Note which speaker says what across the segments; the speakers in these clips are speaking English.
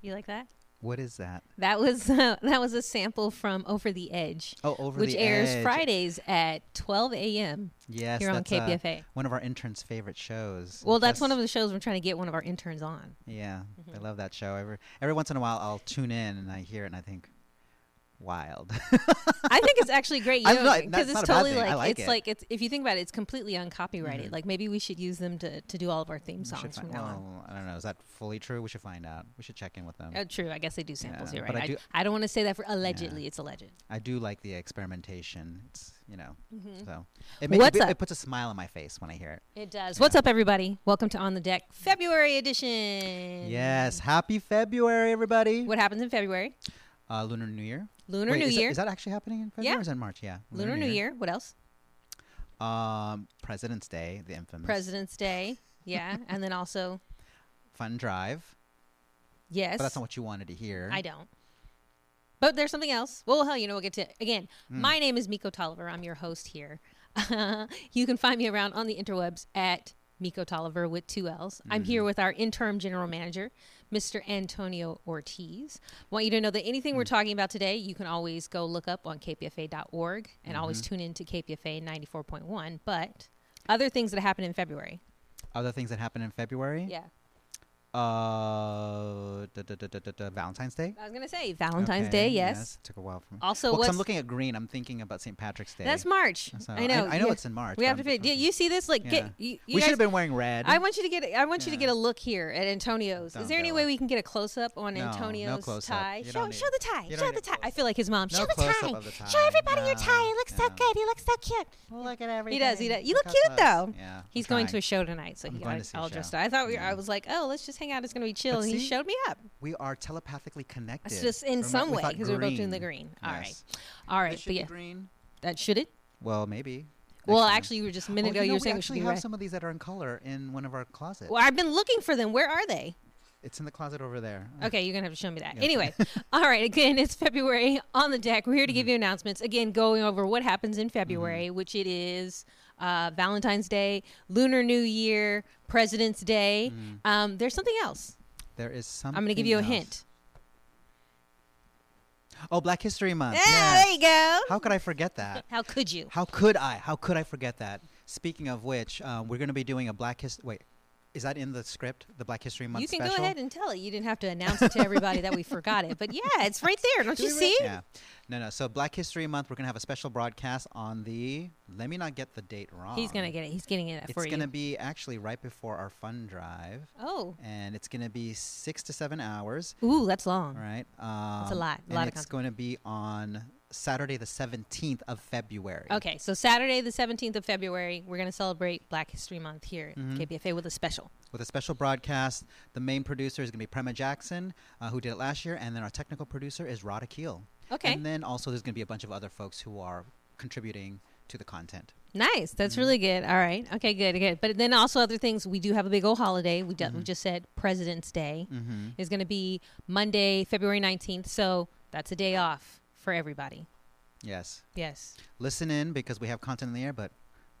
Speaker 1: You like that?
Speaker 2: What is that?
Speaker 1: That was uh, that was a sample from Over the Edge,
Speaker 2: Oh, over
Speaker 1: which
Speaker 2: the
Speaker 1: airs
Speaker 2: Edge.
Speaker 1: Fridays at 12 a.m.
Speaker 2: Yes,
Speaker 1: here on
Speaker 2: that's, uh,
Speaker 1: KPFA.
Speaker 2: one of our interns' favorite shows.
Speaker 1: Well, that's one of Mm-hmm. the shows we're trying to get one of our interns on.
Speaker 2: Yeah, I love that show. Every every once in a while, I'll tune in and I hear it and I think, wild.
Speaker 1: I think it's actually great, you
Speaker 2: I
Speaker 1: know,
Speaker 2: like- that's
Speaker 1: because it's
Speaker 2: not a bad
Speaker 1: totally
Speaker 2: thing. I
Speaker 1: like,
Speaker 2: like
Speaker 1: it's
Speaker 2: it. Mm-hmm.
Speaker 1: like it's if you think about it, it's completely uncopyrighted. Like maybe we should use them to, to do all of our theme
Speaker 2: We should
Speaker 1: songs
Speaker 2: fi-
Speaker 1: from now on.
Speaker 2: well, I don't know. Is that fully true? We should find out. We should check in with them.
Speaker 1: Oh, true. I guess they do samples.
Speaker 2: um, Yeah,
Speaker 1: You're right.
Speaker 2: but I
Speaker 1: I,
Speaker 2: do-
Speaker 1: I don't want to say that for allegedly. It's alleged.
Speaker 2: I do like the experimentation. It's you know, so it,
Speaker 1: Mm-hmm. What's
Speaker 2: it,
Speaker 1: up?
Speaker 2: it puts a smile on my face when I hear it.
Speaker 1: It does. What's up, everybody? Welcome to On the Deck February edition.
Speaker 2: Yes, happy February, everybody.
Speaker 1: Mm. What happens in February?
Speaker 2: Uh, Lunar New Year.
Speaker 1: Lunar
Speaker 2: Wait,
Speaker 1: New
Speaker 2: is that-
Speaker 1: Year.
Speaker 2: is that actually happening in February
Speaker 1: Yeah.
Speaker 2: or is it in March? Yeah.
Speaker 1: Lunar, New Year. What else?
Speaker 2: Um, President's Day, the infamous
Speaker 1: President's Day. Yeah, and then also
Speaker 2: fun drive.
Speaker 1: yes.
Speaker 2: But that's not what you wanted to hear.
Speaker 1: I don't. But there's something else. Well, hell, you know, we'll get to it. Again,
Speaker 2: Hmm.
Speaker 1: my name is Miko Tolliver. I'm your host here. you can find me around on the interwebs at Miko Tolliver with two L's. I'm here
Speaker 2: Mm-hmm.
Speaker 1: with our interim general manager, Mr. Antonio Ortiz. Want you to know that anything
Speaker 2: Hmm.
Speaker 1: we're talking about today, you can always go look up on kpfa.org and always
Speaker 2: Mm-hmm.
Speaker 1: tune in to KPFA 94.1. But other things that happened in February.
Speaker 2: Other things that happened in February.
Speaker 1: Yeah.
Speaker 2: Uh, da, da, da, da, da, da, Valentine's Day.
Speaker 1: I was going to say Valentine's Day,
Speaker 2: Okay,
Speaker 1: yes.
Speaker 2: Took a while for me.
Speaker 1: Also,
Speaker 2: well, 'cause I'm
Speaker 1: what's-
Speaker 2: looking at green. I'm thinking about St. Patrick's Day.
Speaker 1: That's March.
Speaker 2: So
Speaker 1: I know.
Speaker 2: I, know
Speaker 1: yeah.
Speaker 2: it's in March.
Speaker 1: We
Speaker 2: but
Speaker 1: have to
Speaker 2: I'm-
Speaker 1: fit. Do you see this? Like,
Speaker 2: Yeah.
Speaker 1: get you, you
Speaker 2: we should
Speaker 1: guys.
Speaker 2: have been wearing red.
Speaker 1: I want you to get. a- I want you to
Speaker 2: Yeah.
Speaker 1: get a look here at Antonio's.
Speaker 2: Don't
Speaker 1: Is there any
Speaker 2: do
Speaker 1: way
Speaker 2: it.
Speaker 1: we can get a close up on
Speaker 2: No, no
Speaker 1: Antonio's
Speaker 2: close-up.
Speaker 1: tie?
Speaker 2: You
Speaker 1: Show,
Speaker 2: don't
Speaker 1: show
Speaker 2: need-
Speaker 1: the tie.
Speaker 2: you don't
Speaker 1: Show
Speaker 2: need
Speaker 1: the
Speaker 2: a
Speaker 1: tie. I feel like his mom.
Speaker 2: No
Speaker 1: show the
Speaker 2: close-up
Speaker 1: tie.
Speaker 2: of the
Speaker 1: Show
Speaker 2: tie.
Speaker 1: everybody your
Speaker 2: No,
Speaker 1: tie. It looks so
Speaker 2: no.
Speaker 1: good. You look so cute.
Speaker 2: Look at everything.
Speaker 1: He does. He does. You look
Speaker 2: at
Speaker 1: cute
Speaker 2: us.
Speaker 1: though.
Speaker 2: Yeah. I'm
Speaker 1: He's going to
Speaker 2: trying.
Speaker 1: a show tonight, so
Speaker 2: I'm
Speaker 1: he
Speaker 2: going
Speaker 1: got
Speaker 2: to see a
Speaker 1: all
Speaker 2: show.
Speaker 1: dressed up. I thought we. I
Speaker 2: Yeah.
Speaker 1: was like, oh, let's just hang out. It's going to be chill. And he
Speaker 2: see,
Speaker 1: showed me up.
Speaker 2: We are telepathically connected.
Speaker 1: It's just in
Speaker 2: Remember,
Speaker 1: some
Speaker 2: we
Speaker 1: way
Speaker 2: thought
Speaker 1: because we were both doing the green.
Speaker 2: green.
Speaker 1: All right,
Speaker 2: Yes.
Speaker 1: all
Speaker 2: This
Speaker 1: right.
Speaker 2: should
Speaker 1: But
Speaker 2: be
Speaker 1: yeah,
Speaker 2: green.
Speaker 1: that should it.
Speaker 2: Well, maybe.
Speaker 1: Well,
Speaker 2: next time.
Speaker 1: actually, you were just a
Speaker 2: Oh,
Speaker 1: minute ago. You
Speaker 2: know,
Speaker 1: were saying
Speaker 2: we
Speaker 1: it should
Speaker 2: actually
Speaker 1: be
Speaker 2: have
Speaker 1: red.
Speaker 2: some of these that are in color in one of our closets.
Speaker 1: Well, I've been looking for them. Where are they?
Speaker 2: It's in the closet over there.
Speaker 1: Okay, you're gonna have to show me that.
Speaker 2: Yeah.
Speaker 1: Anyway, all right. Again, it's February on the deck. We're here to
Speaker 2: Mm-hmm.
Speaker 1: give you announcements. Again, going over what happens in February, which it is uh, Valentine's Day, Lunar New Year, President's Day. Um, there's something else.
Speaker 2: There is Mm-hmm. something.
Speaker 1: I'm gonna give you a
Speaker 2: else.
Speaker 1: hint.
Speaker 2: Oh, Black History Month.
Speaker 1: Yeah,
Speaker 2: yes.
Speaker 1: there you go.
Speaker 2: How could I forget that?
Speaker 1: How could you?
Speaker 2: How could I? How could I forget that? Speaking of which, um, we're going to be doing a Black History. Wait, is that in the script? The Black History Month
Speaker 1: You can
Speaker 2: special?
Speaker 1: go ahead and tell it. You didn't have to announce it to everybody that we forgot it. But yeah, it's right there. Don't you see?
Speaker 2: Yeah. No, no. So Black History Month, we're going to have a special broadcast on the. Let me not get the date wrong.
Speaker 1: He's gonna get it. He's getting it
Speaker 2: It's
Speaker 1: for you.
Speaker 2: going to be actually right before our fun drive,
Speaker 1: oh,
Speaker 2: and it's going to be six to seven hours.
Speaker 1: ooh, that's long.
Speaker 2: All right. Um,
Speaker 1: a lot, a
Speaker 2: and
Speaker 1: lot of
Speaker 2: it's
Speaker 1: content.
Speaker 2: going to be on Saturday, the seventeenth of February.
Speaker 1: Okay, so Saturday, the 17th of February, we're going to celebrate Black History Month here at
Speaker 2: Mm-hmm.
Speaker 1: KBFA with a special.
Speaker 2: with a special broadcast. The main producer is going to be Prema Jackson, uh, who did it last year, and then our technical producer is Rada Keel.
Speaker 1: Okay.
Speaker 2: And then also there's going to be a bunch of other folks who are contributing to the content.
Speaker 1: Nice. That's
Speaker 2: Mm-hmm.
Speaker 1: really good. All right. Okay, good, good. But then also other things, we do have a big old holiday. We,
Speaker 2: Mm-hmm.
Speaker 1: ju- we just said President's Day is going to be Monday, February 19th. So that's a day off for everybody.
Speaker 2: Yes.
Speaker 1: Yes.
Speaker 2: Listen in because we have content in the air, but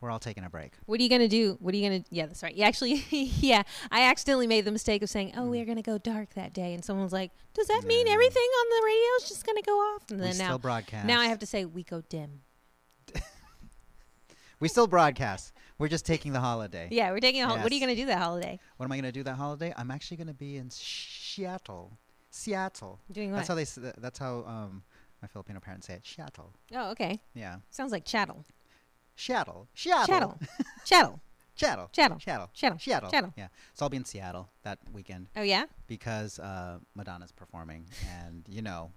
Speaker 2: we're all taking a break.
Speaker 1: What are you gonna do? What are you gonna? Yeah, that's right. Yeah, actually, yeah, I accidentally made the mistake of saying,
Speaker 2: Mm.
Speaker 1: "Oh, we're gonna go dark that day," and someone was like, "Does that mean everything on the radio is just gonna go off?" And
Speaker 2: We
Speaker 1: then now,
Speaker 2: still broadcast.
Speaker 1: now I have to say, "We go dim."
Speaker 2: We still broadcast. We're just taking the holiday.
Speaker 1: Yeah, we're taking a hol- What are you
Speaker 2: Yes.
Speaker 1: going to do that holiday?
Speaker 2: What am I going to do that holiday? I'm actually going to be in Seattle. Seattle.
Speaker 1: Doing
Speaker 2: That's
Speaker 1: what?
Speaker 2: how they. s- That's how um, my Filipino parents say it. Seattle.
Speaker 1: Oh, okay.
Speaker 2: Yeah.
Speaker 1: Sounds like chattel.
Speaker 2: Seattle. Seattle.
Speaker 1: Chattel. chattel. Chattel.
Speaker 2: Seattle. Seattle.
Speaker 1: Chattel.
Speaker 2: Seattle.
Speaker 1: Chattel.
Speaker 2: Yeah. So I'll be in Seattle that weekend
Speaker 1: Oh, yeah?
Speaker 2: because uh, Madonna's performing, and you know,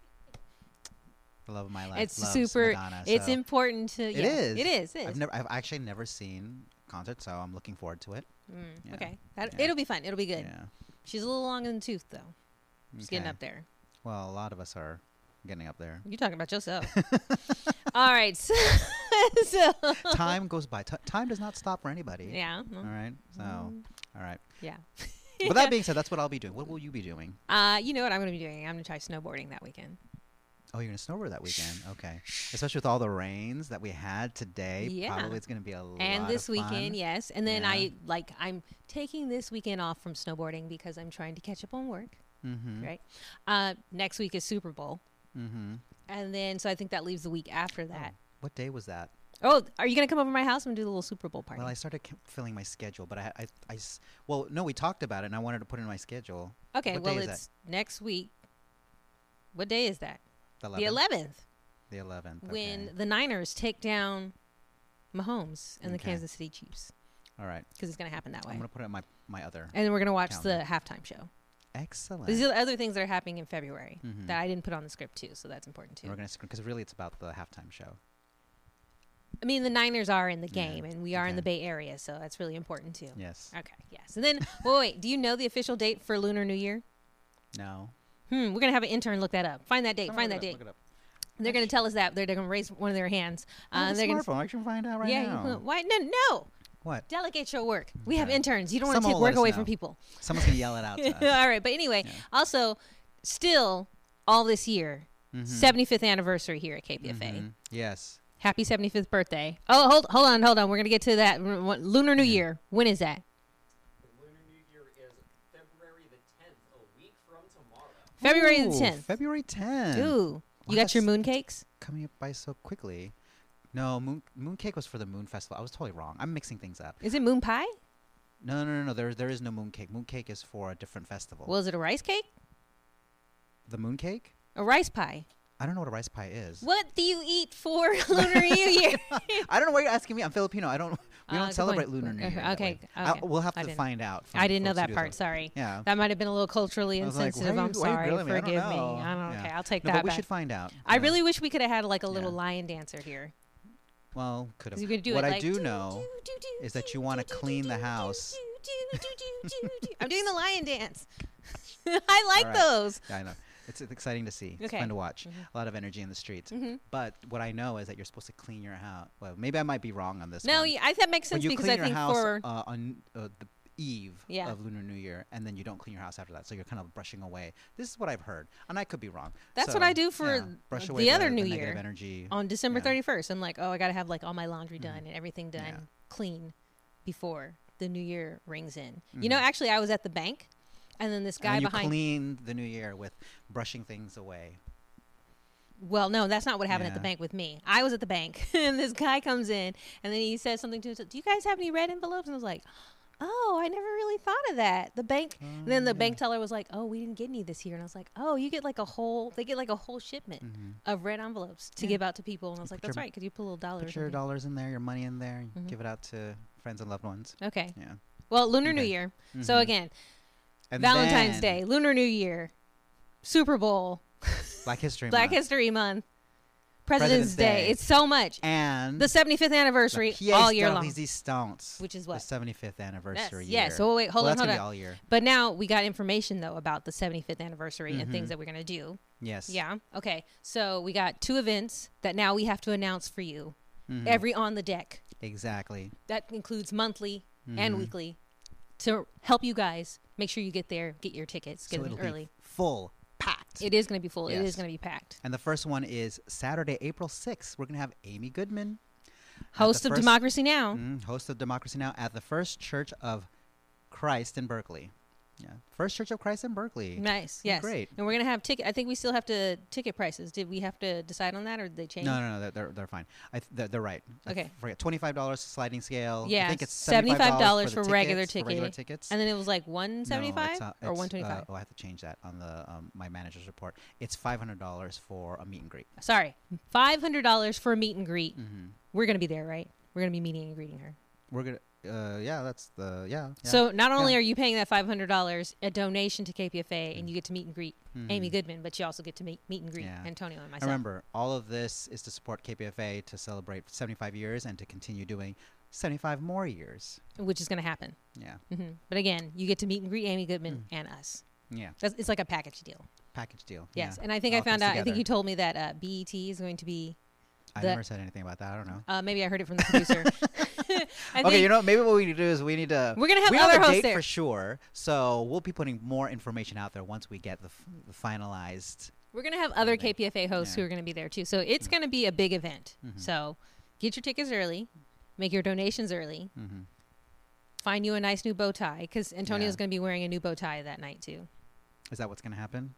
Speaker 2: the love of my life.
Speaker 1: It's
Speaker 2: loves
Speaker 1: super.
Speaker 2: Madonna,
Speaker 1: it's
Speaker 2: so
Speaker 1: important to.
Speaker 2: It
Speaker 1: yeah,
Speaker 2: is.
Speaker 1: It is. It
Speaker 2: I've
Speaker 1: is.
Speaker 2: never. I've actually never seen concert, so I'm looking forward to it.
Speaker 1: Mm,
Speaker 2: yeah.
Speaker 1: Okay. That,
Speaker 2: Yeah.
Speaker 1: It'll be fun. It'll be good.
Speaker 2: Yeah.
Speaker 1: She's a little long in the tooth, though. She's getting
Speaker 2: Okay.
Speaker 1: up there.
Speaker 2: Well, a lot of us are getting up there.
Speaker 1: You're talking about yourself. All right. So, so-
Speaker 2: time goes by. T- time does not stop for anybody.
Speaker 1: yeah. well,
Speaker 2: All right. So.
Speaker 1: Mm-hmm.
Speaker 2: All right.
Speaker 1: Yeah.
Speaker 2: But that being said, that's what I'll be doing. What will you be doing?
Speaker 1: Uh, you know what I'm going to be doing? I'm going to try snowboarding that weekend.
Speaker 2: Oh, you're gonna snowboard that weekend. Okay. Especially with all the rains that we had today.
Speaker 1: Yeah.
Speaker 2: Probably it's gonna be a lot.
Speaker 1: and this
Speaker 2: of fun.
Speaker 1: weekend yes and then
Speaker 2: Yeah.
Speaker 1: i like i'm taking this weekend off from snowboarding because i'm trying to catch up on work
Speaker 2: Mm-hmm.
Speaker 1: right? Uh, next week is Super Bowl,
Speaker 2: Mm-hmm.
Speaker 1: and then so I think that leaves the week
Speaker 2: Oh.
Speaker 1: after that.
Speaker 2: What day was that?
Speaker 1: Oh, are you gonna come over to my house and do the little Super Bowl party?
Speaker 2: Well, I started c- filling my schedule, but I, I, I s- well, no, we talked about it, and I wanted to put it in my schedule.
Speaker 1: okay,
Speaker 2: what
Speaker 1: well
Speaker 2: day is that?
Speaker 1: it's next week. What day is that?
Speaker 2: The
Speaker 1: The 11th,
Speaker 2: The eleventh.
Speaker 1: when the Niners take down Mahomes and the
Speaker 2: Okay.
Speaker 1: Kansas City Chiefs,
Speaker 2: All right.
Speaker 1: because it's gonna happen that
Speaker 2: I'm
Speaker 1: way.
Speaker 2: gonna put it in my my other.
Speaker 1: and then we're gonna watch
Speaker 2: Calendar.
Speaker 1: the halftime show.
Speaker 2: Excellent.
Speaker 1: These are the other things that are happening in February
Speaker 2: Mhm.
Speaker 1: that I didn't put on the script too, so that's important too.
Speaker 2: And we're gonna because really it's about the halftime show.
Speaker 1: I mean, the Niners are in the
Speaker 2: Yeah,
Speaker 1: game, and we are in the
Speaker 2: okay.
Speaker 1: Bay Area, so that's really important too.
Speaker 2: Yes.
Speaker 1: Okay, yes. And then, well, wait, do you know the official date for Lunar New Year?
Speaker 2: No.
Speaker 1: Hmm, we're going to have an intern look that up. Find that date.
Speaker 2: Someone
Speaker 1: Find
Speaker 2: look
Speaker 1: that
Speaker 2: it
Speaker 1: date.
Speaker 2: up, look it up.
Speaker 1: They're going to tell us that. They're going to raise one of their hands.
Speaker 2: Oh,
Speaker 1: Uh,
Speaker 2: the
Speaker 1: they're gonna-
Speaker 2: smartphone. I can find out right
Speaker 1: yeah, you
Speaker 2: now.
Speaker 1: can- why? No, no.
Speaker 2: What?
Speaker 1: Delegate your work. We have
Speaker 2: Okay.
Speaker 1: interns. You don't want to
Speaker 2: Someone
Speaker 1: take
Speaker 2: will let
Speaker 1: work
Speaker 2: us
Speaker 1: away
Speaker 2: know.
Speaker 1: from people.
Speaker 2: Someone's gonna yell it out to us.
Speaker 1: All right. But anyway, also, still, all this year,
Speaker 2: Mm-hmm.
Speaker 1: 75th anniversary here at KPFA.
Speaker 2: Mhm. Yes.
Speaker 1: Happy 75th birthday. Oh, hold, hold on, hold on. We're going to get to that. Lunar New Year. When is that?
Speaker 3: The Lunar New Year is February the 10th, a week from tomorrow.
Speaker 1: February the
Speaker 2: Ooh,
Speaker 1: 10th.
Speaker 2: February 10th.
Speaker 1: Ooh. You
Speaker 2: Wow,
Speaker 1: got your
Speaker 2: that's-
Speaker 1: moon cakes?
Speaker 2: Coming up by so quickly. No, moon mooncake was for the moon festival. I was totally wrong. I'm mixing things up.
Speaker 1: Is it moon pie?
Speaker 2: No, no, no, no. There, there is no mooncake. Mooncake is for a different festival.
Speaker 1: Well, is it a rice cake?
Speaker 2: the mooncake?
Speaker 1: A rice pie.
Speaker 2: I don't know what a rice pie is.
Speaker 1: What do you eat for Lunar New Year?
Speaker 2: I don't know why you're asking me. I'm Filipino. I don't. We
Speaker 1: Uh,
Speaker 2: don't
Speaker 1: good
Speaker 2: celebrate
Speaker 1: point.
Speaker 2: Lunar New
Speaker 1: Okay,
Speaker 2: Year. that way.
Speaker 1: okay,
Speaker 2: I-
Speaker 1: okay.
Speaker 2: we'll have
Speaker 1: I
Speaker 2: to
Speaker 1: didn't-
Speaker 2: find out. from
Speaker 1: I didn't know
Speaker 2: folks who
Speaker 1: that
Speaker 2: do
Speaker 1: part.
Speaker 2: those.
Speaker 1: Sorry.
Speaker 2: Yeah.
Speaker 1: That might have been a little culturally
Speaker 2: I was like, why
Speaker 1: insensitive.
Speaker 2: are
Speaker 1: I'm
Speaker 2: you- why are you
Speaker 1: sorry.
Speaker 2: grilling me? I
Speaker 1: Forgive
Speaker 2: don't
Speaker 1: me.
Speaker 2: know.
Speaker 1: I don't.
Speaker 2: Yeah.
Speaker 1: Okay, I'll take
Speaker 2: No,
Speaker 1: that
Speaker 2: but we
Speaker 1: back.
Speaker 2: should find out.
Speaker 1: I
Speaker 2: Yeah.
Speaker 1: really wish we could have had like a little
Speaker 2: Yeah.
Speaker 1: lion dancer here.
Speaker 2: Well, could
Speaker 1: 'Cause
Speaker 2: have.
Speaker 1: you could do
Speaker 2: what
Speaker 1: it
Speaker 2: I
Speaker 1: like,
Speaker 2: do
Speaker 1: "Doo,
Speaker 2: know
Speaker 1: doo, doo, doo,
Speaker 2: is that
Speaker 1: doo,
Speaker 2: you wanna
Speaker 1: doo, doo,
Speaker 2: clean the
Speaker 1: doo, doo,
Speaker 2: house."
Speaker 1: doo, doo, doo, doo, doo, doo. I'm doing the lion dance. I like
Speaker 2: All right.
Speaker 1: those.
Speaker 2: Yeah, I know. It's it's exciting to see. It's
Speaker 1: Okay. Mm-hmm.
Speaker 2: fun to watch. A lot of energy in the streets.
Speaker 1: Mhm.
Speaker 2: But what I know is that you're supposed to clean your house. Well, maybe I might be wrong on this.
Speaker 1: No,
Speaker 2: one.
Speaker 1: you- I, that makes
Speaker 2: when
Speaker 1: sense
Speaker 2: you
Speaker 1: because
Speaker 2: clean
Speaker 1: I
Speaker 2: your
Speaker 1: think
Speaker 2: house
Speaker 1: for
Speaker 2: uh, on uh, the eve
Speaker 1: Yeah.
Speaker 2: of Lunar New Year, and then you don't clean your house after that, so you're kind of brushing away. This is what I've heard, and I could be wrong.
Speaker 1: That's what
Speaker 2: So,
Speaker 1: I do for
Speaker 2: yeah, brush
Speaker 1: the
Speaker 2: away
Speaker 1: other New
Speaker 2: negative
Speaker 1: Year.
Speaker 2: energy.
Speaker 1: on December
Speaker 2: Yeah. Mm-hmm.
Speaker 1: 31st, I'm like, oh, I got to have like all my laundry done and everything done
Speaker 2: Yeah.
Speaker 1: clean before the new year rings in. You know, actually, I was at the bank and then this
Speaker 2: Mm-hmm.
Speaker 1: guy
Speaker 2: and then you
Speaker 1: behind.
Speaker 2: clean the New Year with brushing things away.
Speaker 1: Well, no, that's not what happened at the
Speaker 2: Yeah.
Speaker 1: bank with me. I was at the bank and this guy comes in and then he says something to us. Do you guys have any red envelopes? And I was like, oh, I never really thought of that. The bank. and then the
Speaker 2: Oh,
Speaker 1: bank teller was like, oh, we didn't get any this year. And I was like, oh, you get like a whole, they get like a whole shipment of red envelopes to
Speaker 2: Mm-hmm. Yeah.
Speaker 1: give out to people. And I was like,
Speaker 2: put
Speaker 1: that's
Speaker 2: your-
Speaker 1: right. Could you put a little dollar? or
Speaker 2: Put your
Speaker 1: something?"
Speaker 2: dollars in there, your money in there, and
Speaker 1: Mhm.
Speaker 2: give it out to friends and loved ones.
Speaker 1: Okay.
Speaker 2: Yeah.
Speaker 1: Well, Lunar New
Speaker 2: Okay.
Speaker 1: Year. So
Speaker 2: Mhm.
Speaker 1: again,
Speaker 2: And
Speaker 1: Valentine's
Speaker 2: then
Speaker 1: Day, Lunar New Year, Super Bowl,
Speaker 2: Black History
Speaker 1: Black
Speaker 2: Month,
Speaker 1: History Month, President's,
Speaker 2: President's
Speaker 1: Day.
Speaker 2: Day.
Speaker 1: It's so much.
Speaker 2: and
Speaker 1: The 75th
Speaker 2: la
Speaker 1: anniversary
Speaker 2: pièce
Speaker 1: all year
Speaker 2: de
Speaker 1: long.
Speaker 2: résistance,
Speaker 1: Which is
Speaker 2: the
Speaker 1: what?
Speaker 2: 75th
Speaker 1: Yes.
Speaker 2: anniversary year.
Speaker 1: yes. So wait, hold
Speaker 2: well,
Speaker 1: on,
Speaker 2: that's
Speaker 1: hold
Speaker 2: gonna
Speaker 1: on.
Speaker 2: be all year.
Speaker 1: But now we got information though about the 75th anniversary and
Speaker 2: Mhm.
Speaker 1: things that we're gonna do.
Speaker 2: Yes.
Speaker 1: Yeah. Okay. So we got two events that now we have to announce for you.
Speaker 2: Mhm.
Speaker 1: Every on the deck.
Speaker 2: Exactly.
Speaker 1: That includes monthly and
Speaker 2: Mm-hmm.
Speaker 1: weekly to help you guys make sure you get there, get your tickets, get
Speaker 2: so
Speaker 1: them
Speaker 2: it'll
Speaker 1: early.
Speaker 2: be full, packed.
Speaker 1: It is going to be full. It
Speaker 2: Yes.
Speaker 1: is going to be packed.
Speaker 2: and the first one is Saturday, April 6th. We're going to have Amy Goodman, the
Speaker 1: Host of
Speaker 2: first-
Speaker 1: Democracy Now.
Speaker 2: mm, host of Democracy Now! at the First Church of Christ in Berkeley. Yeah. First Church of Christ in Berkeley.
Speaker 1: Nice.
Speaker 2: Oh,
Speaker 1: Yes.
Speaker 2: great.
Speaker 1: And we're going to have ticket. I think we still have to ticket prices. Did we have to decide on that or did they change?
Speaker 2: No, no, no, they're- they're, they're fine. I th- they're, they're right. I
Speaker 1: Okay.
Speaker 2: forget. Twenty-five dollars sliding scale. I
Speaker 1: Yeah,
Speaker 2: think it's
Speaker 1: $75
Speaker 2: $75
Speaker 1: for
Speaker 2: the
Speaker 1: regular
Speaker 2: tickets, for regular
Speaker 1: ticket.
Speaker 2: tickets.
Speaker 1: And then it was like
Speaker 2: No,
Speaker 1: 175
Speaker 2: it's, uh,
Speaker 1: or
Speaker 2: it's,
Speaker 1: 125.
Speaker 2: Uh, oh, I have to change that on the um, my manager's report. It's five hundred dollars for a meet and greet.
Speaker 1: Sorry. $500 for a meet and greet.
Speaker 2: Mm-hmm.
Speaker 1: We're going to be there, right? We're going to be meeting and greeting her.
Speaker 2: We're gonna, uh, yeah, that's the yeah. yeah.
Speaker 1: So not only are you paying that $500 a donation to KPFA
Speaker 2: Mm.
Speaker 1: and you get to meet and greet Amy Goodman, but you also get to meet, meet and greet
Speaker 2: Mm-hmm. Yeah.
Speaker 1: Antonio and
Speaker 2: And
Speaker 1: myself.
Speaker 2: remember, all of this is to support KPFA to celebrate 75 years and to continue doing 75 more years.
Speaker 1: Which is going to happen.
Speaker 2: Yeah,
Speaker 1: hmm But again, you get to meet and greet Amy Goodman
Speaker 2: Mm.
Speaker 1: and us.
Speaker 2: yeah,
Speaker 1: That's, it's like a package deal.
Speaker 2: package deal.
Speaker 1: Yes,
Speaker 2: yeah.
Speaker 1: and I think
Speaker 2: All
Speaker 1: I found out.
Speaker 2: comes
Speaker 1: I think
Speaker 2: together.
Speaker 1: you told me that uh, BET is going to be.
Speaker 2: I
Speaker 1: the-
Speaker 2: never said anything about that. I don't know.
Speaker 1: Uh, maybe I heard it from the producer. I
Speaker 2: okay,
Speaker 1: think
Speaker 2: you know, what? maybe what we need to do is we need to.
Speaker 1: We're gonna have
Speaker 2: we
Speaker 1: other
Speaker 2: have a
Speaker 1: hosts
Speaker 2: date
Speaker 1: there.
Speaker 2: for sure. So we'll be putting more information out there once we get the, f- the finalized.
Speaker 1: we're going to have other
Speaker 2: think-
Speaker 1: KPFA hosts
Speaker 2: yeah. Mm-hmm.
Speaker 1: who are going to be there too. So it's going to be a big event. So get your tickets early, make your donations early,
Speaker 2: Mhm.
Speaker 1: find you a nice new bow tie because Antonio's
Speaker 2: Yeah.
Speaker 1: going to be wearing a new bow tie that night too.
Speaker 2: Is that what's going to happen?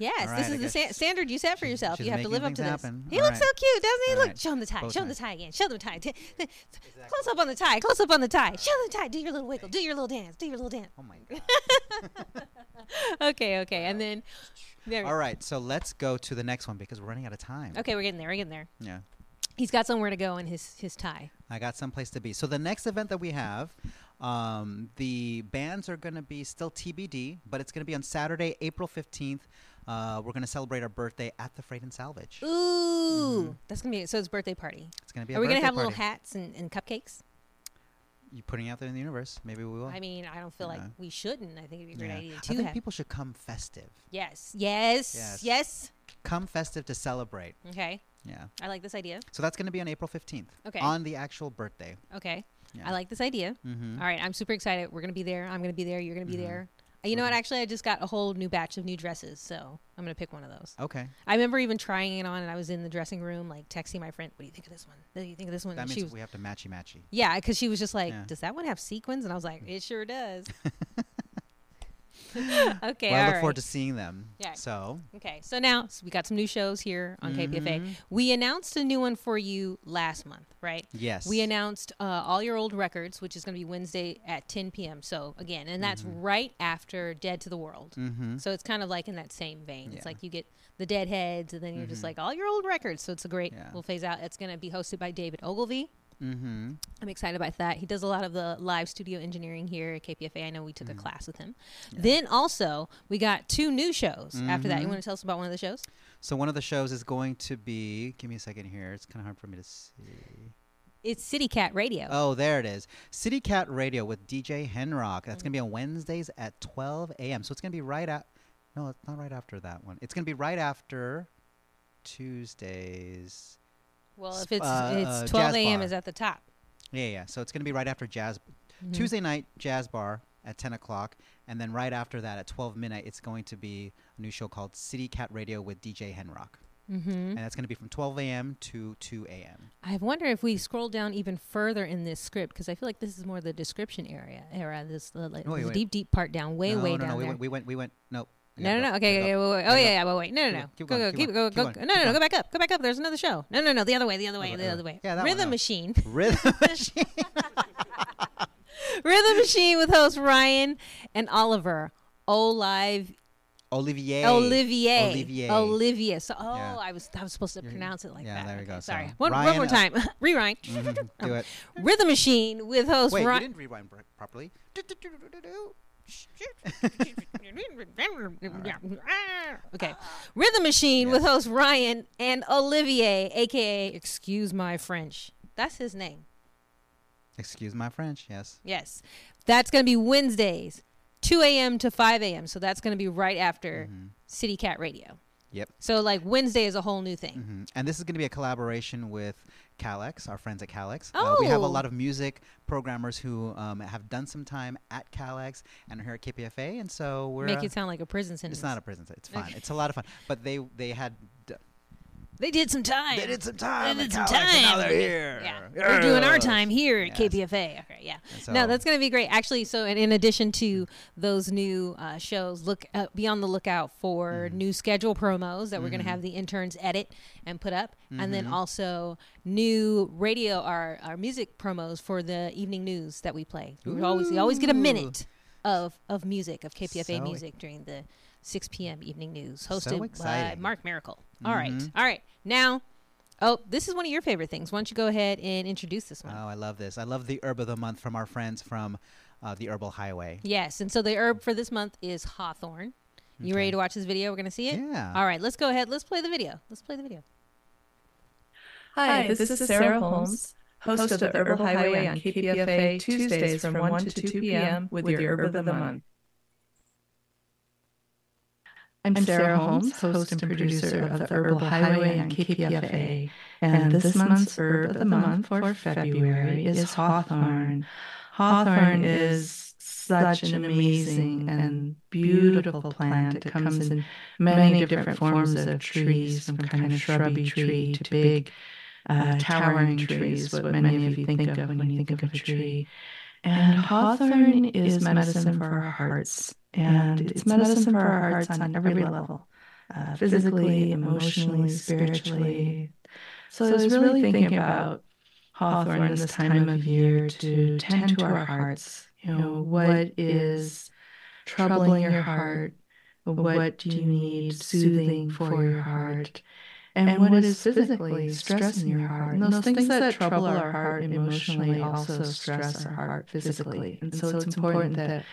Speaker 1: Yes,
Speaker 2: Alright,
Speaker 1: this
Speaker 2: I
Speaker 1: is the
Speaker 2: guess
Speaker 1: sa-
Speaker 2: she's-
Speaker 1: standard you set for
Speaker 2: she's-
Speaker 1: yourself.
Speaker 2: she's
Speaker 1: You have to
Speaker 2: making
Speaker 1: live up
Speaker 2: things
Speaker 1: to this.
Speaker 2: happen.
Speaker 1: He looks
Speaker 2: Alright.
Speaker 1: so cute, doesn't he? Look,
Speaker 2: Alright.
Speaker 1: show him the tie.
Speaker 2: Bow
Speaker 1: show him the
Speaker 2: tie.
Speaker 1: tie again. Show him the tie. T- t- Close up on the tie. Close up on the tie. Show him the tie. Do your little wiggle. Do your little dance. Do your little dance.
Speaker 2: Oh my god.
Speaker 1: Okay, okay, and then there. we-
Speaker 2: All right, so let's go to the next one because we're running out of time.
Speaker 1: Okay, we're getting there. We're getting there.
Speaker 2: Yeah.
Speaker 1: He's got somewhere to go in his his tie.
Speaker 2: I got someplace to be. So the next event that we have, um, the bands are going to be still TBD, but it's going to be on Saturday, April 15th. Uh, we're going to celebrate our birthday at the Freight and Salvage.
Speaker 1: Ooh, that's gonna be so. It's birthday party.
Speaker 2: It's going to be a
Speaker 1: Are we gonna
Speaker 2: Mm-hmm. birthday
Speaker 1: have
Speaker 2: party.
Speaker 1: little hats and, and cupcakes?
Speaker 2: You putting it out there in the universe. Maybe we will.
Speaker 1: I mean, I don't feel like
Speaker 2: Yeah.
Speaker 1: we shouldn't. I think it'd be a great
Speaker 2: Yeah.
Speaker 1: idea
Speaker 2: I
Speaker 1: to
Speaker 2: think
Speaker 1: have.
Speaker 2: people should come festive.
Speaker 1: yes, yes, yes,
Speaker 2: Yes. Come festive to celebrate.
Speaker 1: Okay,
Speaker 2: Yeah.
Speaker 1: I like this idea.
Speaker 2: So that's going to be on April 15th.
Speaker 1: Okay.
Speaker 2: On the actual birthday.
Speaker 1: Okay,
Speaker 2: Yeah.
Speaker 1: I like this idea.
Speaker 2: Mm-hmm.
Speaker 1: All right, I'm super excited. We're gonna be there. I'm gonna be there. You're gonna be there. Uh, You know what? Actually, I just got a whole new batch of new dresses, so I'm gonna pick one of those.
Speaker 2: Okay.
Speaker 1: I remember even trying it on, and I was in the dressing room, like texting my friend, "What do you think of this one? What do you think of this one?"
Speaker 2: That
Speaker 1: And
Speaker 2: means
Speaker 1: she was,
Speaker 2: we have to matchy matchy.
Speaker 1: yeah, because she was just like,
Speaker 2: Yeah.
Speaker 1: "Does that one have sequins?" And I was like, "It sure does." okay, all
Speaker 2: well, I look
Speaker 1: right.
Speaker 2: forward to seeing them.
Speaker 1: Yeah.
Speaker 2: So
Speaker 1: Okay, so now s- we got some new shows here on KPFA.
Speaker 2: Mhm.
Speaker 1: We announced a new one for you last month, right?
Speaker 2: yes.
Speaker 1: We announced uh, All Your Old Records, which is going to be Wednesday at 10 p.m. So, again, and that's right after Dead to the World.
Speaker 2: Mm-hmm.
Speaker 1: So, it's kind of like in that same vein. It's
Speaker 2: Yeah. Mm-hmm.
Speaker 1: like you get the Deadheads, and then you're just like, All Your Old Records. So, it's a great,
Speaker 2: Yeah.
Speaker 1: we'll phase out. It's going to be hosted by David Ogilvy.
Speaker 2: Mm-hmm.
Speaker 1: I'm excited about that. He does a lot of the live studio engineering here at KPFA. I know we took
Speaker 2: Mm-hmm.
Speaker 1: a class with him. Then also, we got two new shows after that. You
Speaker 2: Mm-hmm.
Speaker 1: want to tell us about one of the shows?
Speaker 2: So one of the shows is going to be. Give me a second here. It's kind of hard for me to see.
Speaker 1: It's City Cat Radio.
Speaker 2: Oh, there it is. City Cat Radio with DJ Henrock. That's going to be on Wednesdays at 12 a.m. So it's going to be right at. No, it's not right after that one. It's going to be right after Tuesdays.
Speaker 1: well, if
Speaker 2: sp-
Speaker 1: it's
Speaker 2: uh, uh,
Speaker 1: it's 12
Speaker 2: Jazz
Speaker 1: a.m.
Speaker 2: Bar.
Speaker 1: is at the top.
Speaker 2: Yeah, yeah. So it's going to be right after jazz.
Speaker 1: Mm-hmm.
Speaker 2: Tuesday night, jazz bar at 10 o'clock. And then right after that at 12 midnight, it's going to be a new show called City Cat Radio with DJ Henrock.
Speaker 1: Mm-hmm.
Speaker 2: And that's going to be from 12 a.m. to 2 a.m.
Speaker 1: I wonder if we scroll down even further in this script because I feel like this is more the description area era. This uh, like,
Speaker 2: Wait,
Speaker 1: this
Speaker 2: wait.
Speaker 1: deep, deep part down, way,
Speaker 2: no,
Speaker 1: way
Speaker 2: no,
Speaker 1: down
Speaker 2: no, we
Speaker 1: there.
Speaker 2: went, we went, we went, no. I
Speaker 1: no,
Speaker 2: gotta
Speaker 1: no,
Speaker 2: go,
Speaker 1: no. Okay,
Speaker 2: gotta
Speaker 1: okay,
Speaker 2: go.
Speaker 1: wait, wait. Oh
Speaker 2: Gotta
Speaker 1: yeah, yeah. Wait, wait. No, no,
Speaker 2: Keep
Speaker 1: no.
Speaker 2: going, keep
Speaker 1: go, go,
Speaker 2: going, keep
Speaker 1: keep, go,
Speaker 2: going,
Speaker 1: go,
Speaker 2: keep
Speaker 1: go.
Speaker 2: going,
Speaker 1: No, no,
Speaker 2: keep
Speaker 1: no. Go
Speaker 2: going.
Speaker 1: back up. Go back up. There's another show. No, no, no. The other way. The other way.
Speaker 2: Over,
Speaker 1: The other way. The other way.
Speaker 2: over. Yeah, that one,
Speaker 1: Rhythm
Speaker 2: no.
Speaker 1: Machine.
Speaker 2: Rhythm machine.
Speaker 1: Rhythm Machine with host Ryan and Oliver. Olive
Speaker 2: Olivier.
Speaker 1: Olivier.
Speaker 2: Olivier.
Speaker 1: Olivier. So, oh,
Speaker 2: Yeah.
Speaker 1: I was I was supposed to
Speaker 2: You're-
Speaker 1: pronounce it like
Speaker 2: yeah,
Speaker 1: that.
Speaker 2: there we
Speaker 1: Okay,
Speaker 2: go.
Speaker 1: Sorry.
Speaker 2: So,
Speaker 1: one, one more
Speaker 2: Ryan
Speaker 1: time. Rewind.
Speaker 2: Mhm, Do it.
Speaker 1: Rhythm Machine with host
Speaker 2: Wait, you
Speaker 1: Ryan.
Speaker 2: didn't rewind pro- properly.
Speaker 1: Okay. Rhythm Machine with host Ryan and Olivier, aka Excuse My French. That's his name.
Speaker 2: Excuse my French. Yes.
Speaker 1: Yes. That's going to be Wednesdays, 2 a.m. to 5 a.m. So that's going to be right after
Speaker 2: Mm-hmm.
Speaker 1: City Cat Radio.
Speaker 2: Yep.
Speaker 1: So, like, Wednesday is a whole new thing.
Speaker 2: hmm And this is going to be a collaboration with Calex, our friends at Calex. Uh, we have a
Speaker 1: Oh.
Speaker 2: lot of music programmers who um, have done some time at Calex and are here at KPFA, and so we're.
Speaker 1: Make
Speaker 2: uh,
Speaker 1: it sound like a prison sentence.
Speaker 2: it's not a prison. sentence. It's fun. It's a lot of fun. But they they had d-
Speaker 1: they did some time.
Speaker 2: they did some time.
Speaker 1: They
Speaker 2: at
Speaker 1: did some
Speaker 2: Calex, and now
Speaker 1: time.
Speaker 2: they're here.
Speaker 1: Yeah. We're doing our time here at
Speaker 2: Yes.
Speaker 1: KPFA. Okay, yeah.
Speaker 2: So-
Speaker 1: no, that's going to be great. Actually, so in, in addition to those new uh, shows, look uh, be on the lookout for
Speaker 2: Mm-hmm.
Speaker 1: new schedule promos that we're going to have the interns edit and put up, and
Speaker 2: Mm-hmm.
Speaker 1: then also new radio our our music promos for the evening news that we play. We always we always get a
Speaker 2: Ooh.
Speaker 1: minute of of music of KPFA
Speaker 2: So- e-
Speaker 1: music during the 6 p.m. evening news hosted by
Speaker 2: exciting. Mm-hmm.
Speaker 1: Mark Miracle. All right, all right. Now, oh, this is one of your favorite things. Why don't you go ahead and introduce this one?
Speaker 2: Oh, I love this. I love the herb of the month from our friends from uh, the Herbal Highway.
Speaker 1: Yes, and so the herb for this month is hawthorn. You ready to watch this video? We're gonna see it.
Speaker 2: Yeah.
Speaker 1: All right, let's go ahead. Let's play the video. Let's play the video.
Speaker 4: Hi, this, is Sarah Holmes, host, of the Herbal Highway on KPFA Tuesdays from 1 to 2 p.m. with your Herb of the Month.
Speaker 5: I'm Sarah Holmes, host and producer of the Herbal Highway on KPFA. And this month's herb of the month for February is hawthorn. Hawthorn is such an amazing and beautiful plant. It comes in many different forms of trees, from kind of shrubby tree to big uh, towering trees, what many of you think of when you think of a tree. And hawthorn is medicine for our hearts. and it's medicine for our hearts on every level uh, physically, emotionally, spiritually. So I was really thinking about Hawthorne this time of year to tend to our hearts. You know, what is troubling your heart? What do you need soothing for your heart? And what is physically stressing your heart? And those things that trouble our heart emotionally also stress our heart physically. And so it's important that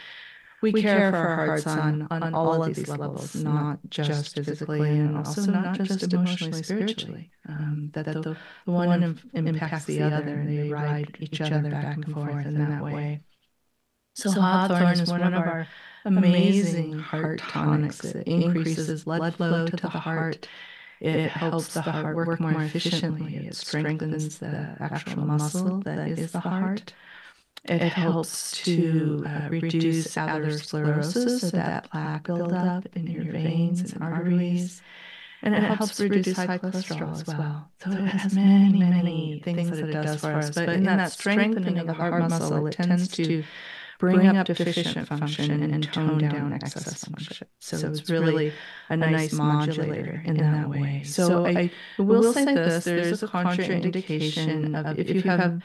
Speaker 5: we care for our hearts on, on all of these levels, not just physically and also not just emotionally, spiritually. Um, that the, the one im- impacts the other and they ride each other back and forth in that way. So Hawthorne is one of our amazing heart tonics. It increases blood flow to the heart. It helps the heart work more efficiently. It strengthens the actual muscle that is the heart. It helps to uh, reduce atherosclerosis, so that plaque buildup in your veins and arteries. And it helps reduce high cholesterol as well. So it has many, many things that it does for us. But in that strengthening of the heart muscle, it tends to bring up deficient function and tone down excess function. So it's really a nice modulator in that way. So I will say this, there's a contraindication of if you have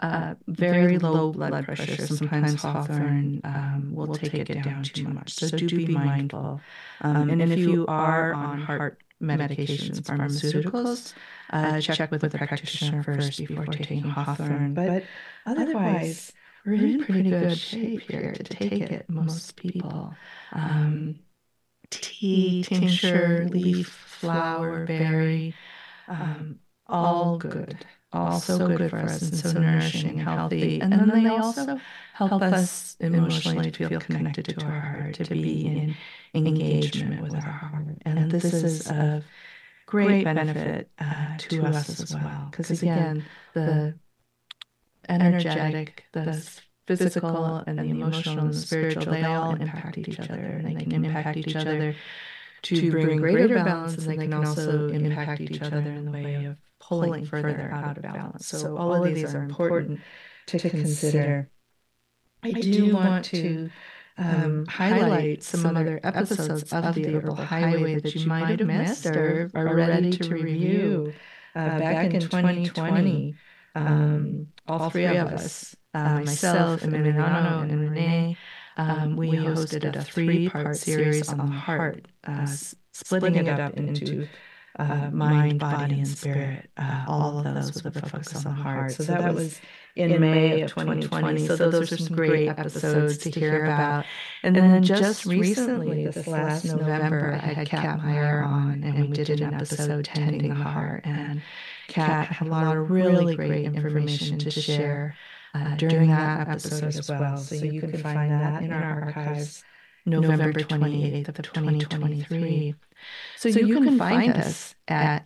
Speaker 5: uh, very, very low blood pressure. Sometimes Hawthorne um, will take it down too much. So do be mindful. Um, and if you are on heart medications, pharmaceuticals, uh, check with a practitioner first before taking Hawthorne. But otherwise, we're in pretty good shape here to take it, most people. Um, tea, tincture, leaf, flower, berry, um, all good all so good for us and so nourishing and healthy. And then they also help us emotionally to feel connected to our heart, to be in engagement with our heart. And this is a great benefit uh, to us as well. Because again, the energetic, the physical, and the emotional and the spiritual, they all impact each other and they can impact each other to bring greater balance and they can also impact each other in the way of pulling further out of balance. So all of these are important to consider. I do want to um, highlight some other episodes of the Herbal Highway that you might have missed or are ready to review. Uh, back in 2020, um, all three of us, uh, myself, Emiliano, and Renee, um, we hosted a three-part series on the heart, uh, splitting it up into uh, mind, body, and spirit, uh, all of those with a focus on the heart. So that was in May of 2020. So those are some great episodes to hear about. And then just recently, this last November, I had Kat Meyer on, and we did an episode tending the heart. And Kat had a lot of really great information to share uh, during that episode as well. So you can find that in our archives. November 28th of 2023. So, so you, you, can, find, find us at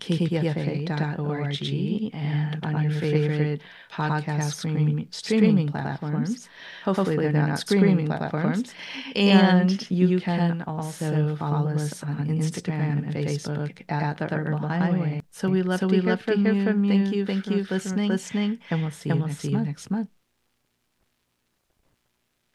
Speaker 5: kpfa.org and on your favorite podcast streaming, streaming platforms. Hopefully they're not screaming platforms. And you can also follow us on Instagram and Facebook at The Herbal Highway. So we love, so to, we hear love to, hear from you. Thank you, thank you for listening. listening. And we'll see, and you, we'll next see you next month.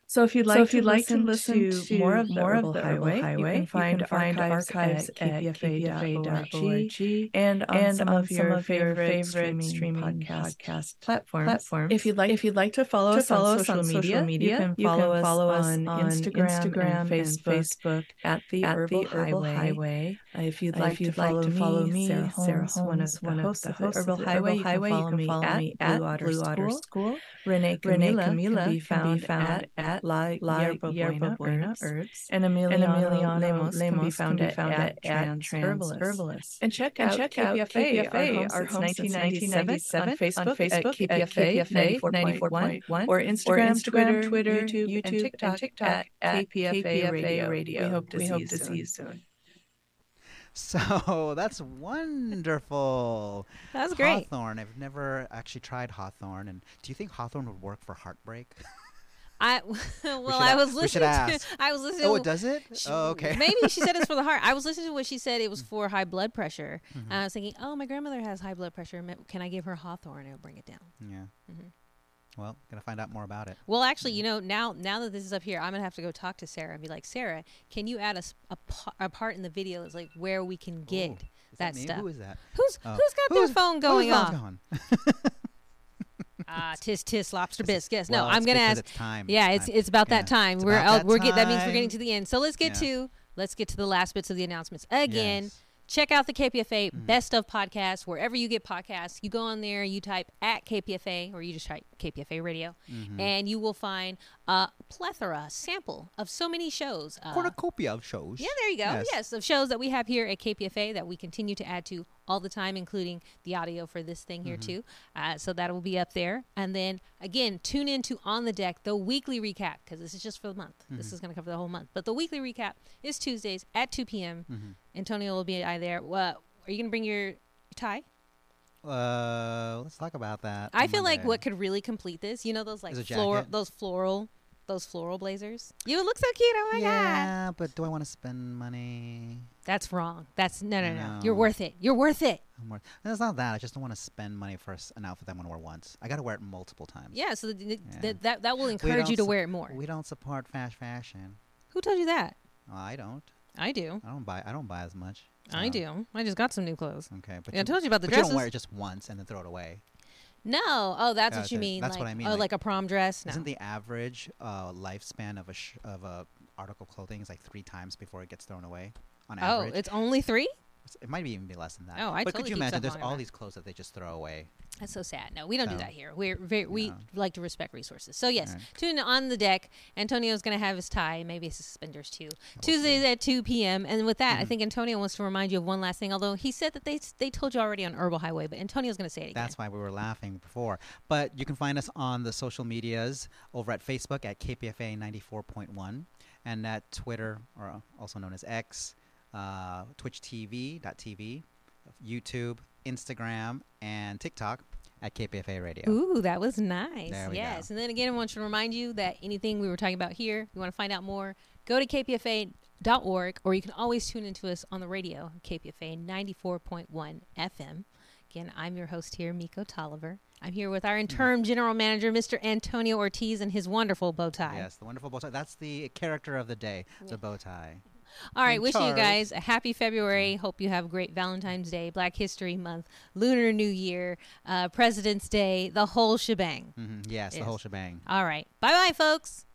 Speaker 4: So if you'd like, so if you'd to, like listen to listen to, to more of the, more Herbal, of the Highway, Highway, you can find, you can find archives, archives at kpfa.org and on and some, on of, some your favorite, favorite streaming, streaming podcast, podcast platforms. platforms. If you'd like, if you'd like to follow, to us, follow on us on social media, media you can follow, you can follow us, us on, on Instagram, Instagram and, Facebook, and Facebook at the at Herbal, the Herbal Highway. Highway. If you'd like, if you'd to, follow like to follow me, Sarah Holmes, Sarah Holmes one of one of the Herbal Highway, you can follow me at Blue Otter School. Renee Camila can be found at La, La Yerba, Yerba Buena, Buena Herbs. Herbs. And Emiliano, and Emiliano Lemos, Lemos can be found, can be found at, at, at Trans, Trans Herbalist. Herbalist. And check out, and check out KPFA, KPFA, our home since 1997 on Facebook, on Facebook at KPFA, at KPFA 94.1 or Instagram, or Instagram Twitter, Twitter, YouTube, YouTube, and TikTok, and TikTok at KPFA, KPFA Radio. Radio. We hope to, we see, hope you to see you soon.
Speaker 2: So that's wonderful.
Speaker 1: That was great.
Speaker 2: Hawthorne. I've never actually tried Hawthorne. And do you think Hawthorne would work for heartbreak?
Speaker 1: I well, we I was listening. to, I was listening.
Speaker 2: Oh, it does it?
Speaker 1: She,
Speaker 2: oh, okay. Mm.
Speaker 1: maybe she said it's for the heart. I was listening to what she said. It was for high blood pressure. Mm-hmm. And I was thinking, oh, my grandmother has high blood pressure. Can I give her Hawthorne? It'll bring it down.
Speaker 2: Yeah. Mm-hmm. Well, gonna find out more about it.
Speaker 1: Well,
Speaker 2: Mm-hmm.
Speaker 1: actually, you know, now now that this is up here, I'm gonna have to go talk to Sarah and be like, Sarah, can you add us a, pa- a part in the video is like where we can get
Speaker 2: Ooh, Oh, Is
Speaker 1: that,
Speaker 2: me?
Speaker 1: stuff?
Speaker 2: Who is that?
Speaker 1: who's
Speaker 2: Oh.
Speaker 1: who's got
Speaker 2: Who's-
Speaker 1: their phone going
Speaker 2: Who's
Speaker 1: off?
Speaker 2: gone?
Speaker 1: Ah, tis tis lobster bisque. Yes, no,
Speaker 2: Well,
Speaker 1: I'm
Speaker 2: it's
Speaker 1: gonna
Speaker 2: because
Speaker 1: ask.
Speaker 2: It's time.
Speaker 1: Yeah,
Speaker 2: time.
Speaker 1: it's it's about
Speaker 2: Yeah,
Speaker 1: that time.
Speaker 2: it's
Speaker 1: we're
Speaker 2: about
Speaker 1: out.
Speaker 2: that
Speaker 1: we're get that means we're
Speaker 2: time.
Speaker 1: getting to the end. So let's get
Speaker 2: Yeah.
Speaker 1: to let's get to the last bits of the announcements again.
Speaker 2: Yes. Mm-hmm.
Speaker 1: Check out the KPFA Best of Podcast wherever you get podcasts. You go on there, you type at KPFA, or you just type KPFA Radio,
Speaker 2: Mm-hmm.
Speaker 1: and you will find a plethora sample of so many shows. Uh,
Speaker 2: cornucopia of shows.
Speaker 1: yeah, there you go.
Speaker 2: Yes.
Speaker 1: Yes. of shows that we have here at KPFA that we continue to add to all the time, including the audio for this thing
Speaker 2: Mm-hmm.
Speaker 1: here too. Uh, so that will be up there. And then again, tune in to On the Deck, the weekly recap, because this is just for the month. This
Speaker 2: Mm-hmm.
Speaker 1: is going to cover the whole month. But the weekly recap is Tuesdays at 2 p.m.
Speaker 2: Mm-hmm.
Speaker 1: Antonio will be I there. What are you going to bring your tie?
Speaker 2: Uh, let's talk about that.
Speaker 1: I
Speaker 2: on
Speaker 1: feel like
Speaker 2: Monday.
Speaker 1: what could really complete this, you know, those like
Speaker 2: Is a
Speaker 1: floral,
Speaker 2: jacket?
Speaker 1: those floral, those floral blazers. You would look so cute. Oh my god.
Speaker 2: yeah, but do I want to spend money?
Speaker 1: That's wrong. That's no, no, no. You're
Speaker 2: No.
Speaker 1: worth it. You're worth it.
Speaker 2: I'm more, no, it's not that. I just don't want to spend money for s- an outfit that I'm going to wear once. I got to wear it multiple times.
Speaker 1: Yeah, so th- th-
Speaker 2: Yeah.
Speaker 1: th- that that will
Speaker 2: We
Speaker 1: encourage
Speaker 2: don't
Speaker 1: you to
Speaker 2: sup-
Speaker 1: wear it more.
Speaker 2: We don't support fast fashion.
Speaker 1: Who told you that?
Speaker 2: Well, I don't.
Speaker 1: I do.
Speaker 2: I don't buy. I don't buy as much.
Speaker 1: I
Speaker 2: Um,
Speaker 1: do. I just got some new clothes.
Speaker 2: Okay, but
Speaker 1: Yeah, I
Speaker 2: you,
Speaker 1: told you about the
Speaker 2: but you don't
Speaker 1: dresses.
Speaker 2: wear it just once and then throw it away.
Speaker 1: No. Oh, that's
Speaker 2: Yeah,
Speaker 1: what you
Speaker 2: that's it.
Speaker 1: mean.
Speaker 2: That's
Speaker 1: like,
Speaker 2: what I mean,
Speaker 1: Oh,
Speaker 2: like-
Speaker 1: like, a prom dress. No.
Speaker 2: Isn't the average uh, lifespan of a sh- of a article of clothing is like three times before it gets thrown away on
Speaker 1: oh,
Speaker 2: average?
Speaker 1: it's only three.
Speaker 2: it might be even be less than that.
Speaker 1: Oh, I
Speaker 2: but
Speaker 1: totally
Speaker 2: could you
Speaker 1: keep
Speaker 2: imagine?
Speaker 1: stuff
Speaker 2: There's
Speaker 1: lying
Speaker 2: all
Speaker 1: around.
Speaker 2: these clothes that they just throw away.
Speaker 1: That's so sad. No, we don't do
Speaker 2: So,
Speaker 1: that here. We're very, we
Speaker 2: yeah.
Speaker 1: like to respect resources. So yes,
Speaker 2: Right.
Speaker 1: tune in on the deck. Antonio's going to have his tie, maybe his suspenders too. Tuesdays at two p.m. And with
Speaker 2: Hmm.
Speaker 1: that, I think Antonio wants to remind you of one last thing. Although he said that they s- they told you already on Herbal Highway, but Antonio's going to say it again.
Speaker 2: That's why we were laughing before. But you can find us on the social medias over at Facebook at KPFA 94.1 and at Twitter, or uh, also known as X, uh, Twitch TV, .TV, YouTube, Instagram, and TikTok at KPFA Radio.
Speaker 1: Ooh, that was nice.
Speaker 2: There we
Speaker 1: yes. And then again, I want you to remind you that anything we were talking about here, if you want to find out more, go to kpfa.org or you can always tune into us on the radio, KPFA 94.1 FM. Again, I'm your host here, Miko Tolliver. I'm here with our interim general manager, Mr. Antonio Ortiz, and his wonderful bow tie.
Speaker 2: Yes, the wonderful bow tie. That's the character of the day, the bow tie.
Speaker 1: All right,
Speaker 2: And
Speaker 1: wishing you
Speaker 2: Charles.
Speaker 1: guys a happy February. Hope you have a great Valentine's Day, Black History Month, Lunar New Year, uh, President's Day, the whole shebang.
Speaker 2: hmm Yes, the
Speaker 1: Yes.
Speaker 2: whole shebang.
Speaker 1: All right. Bye bye, folks.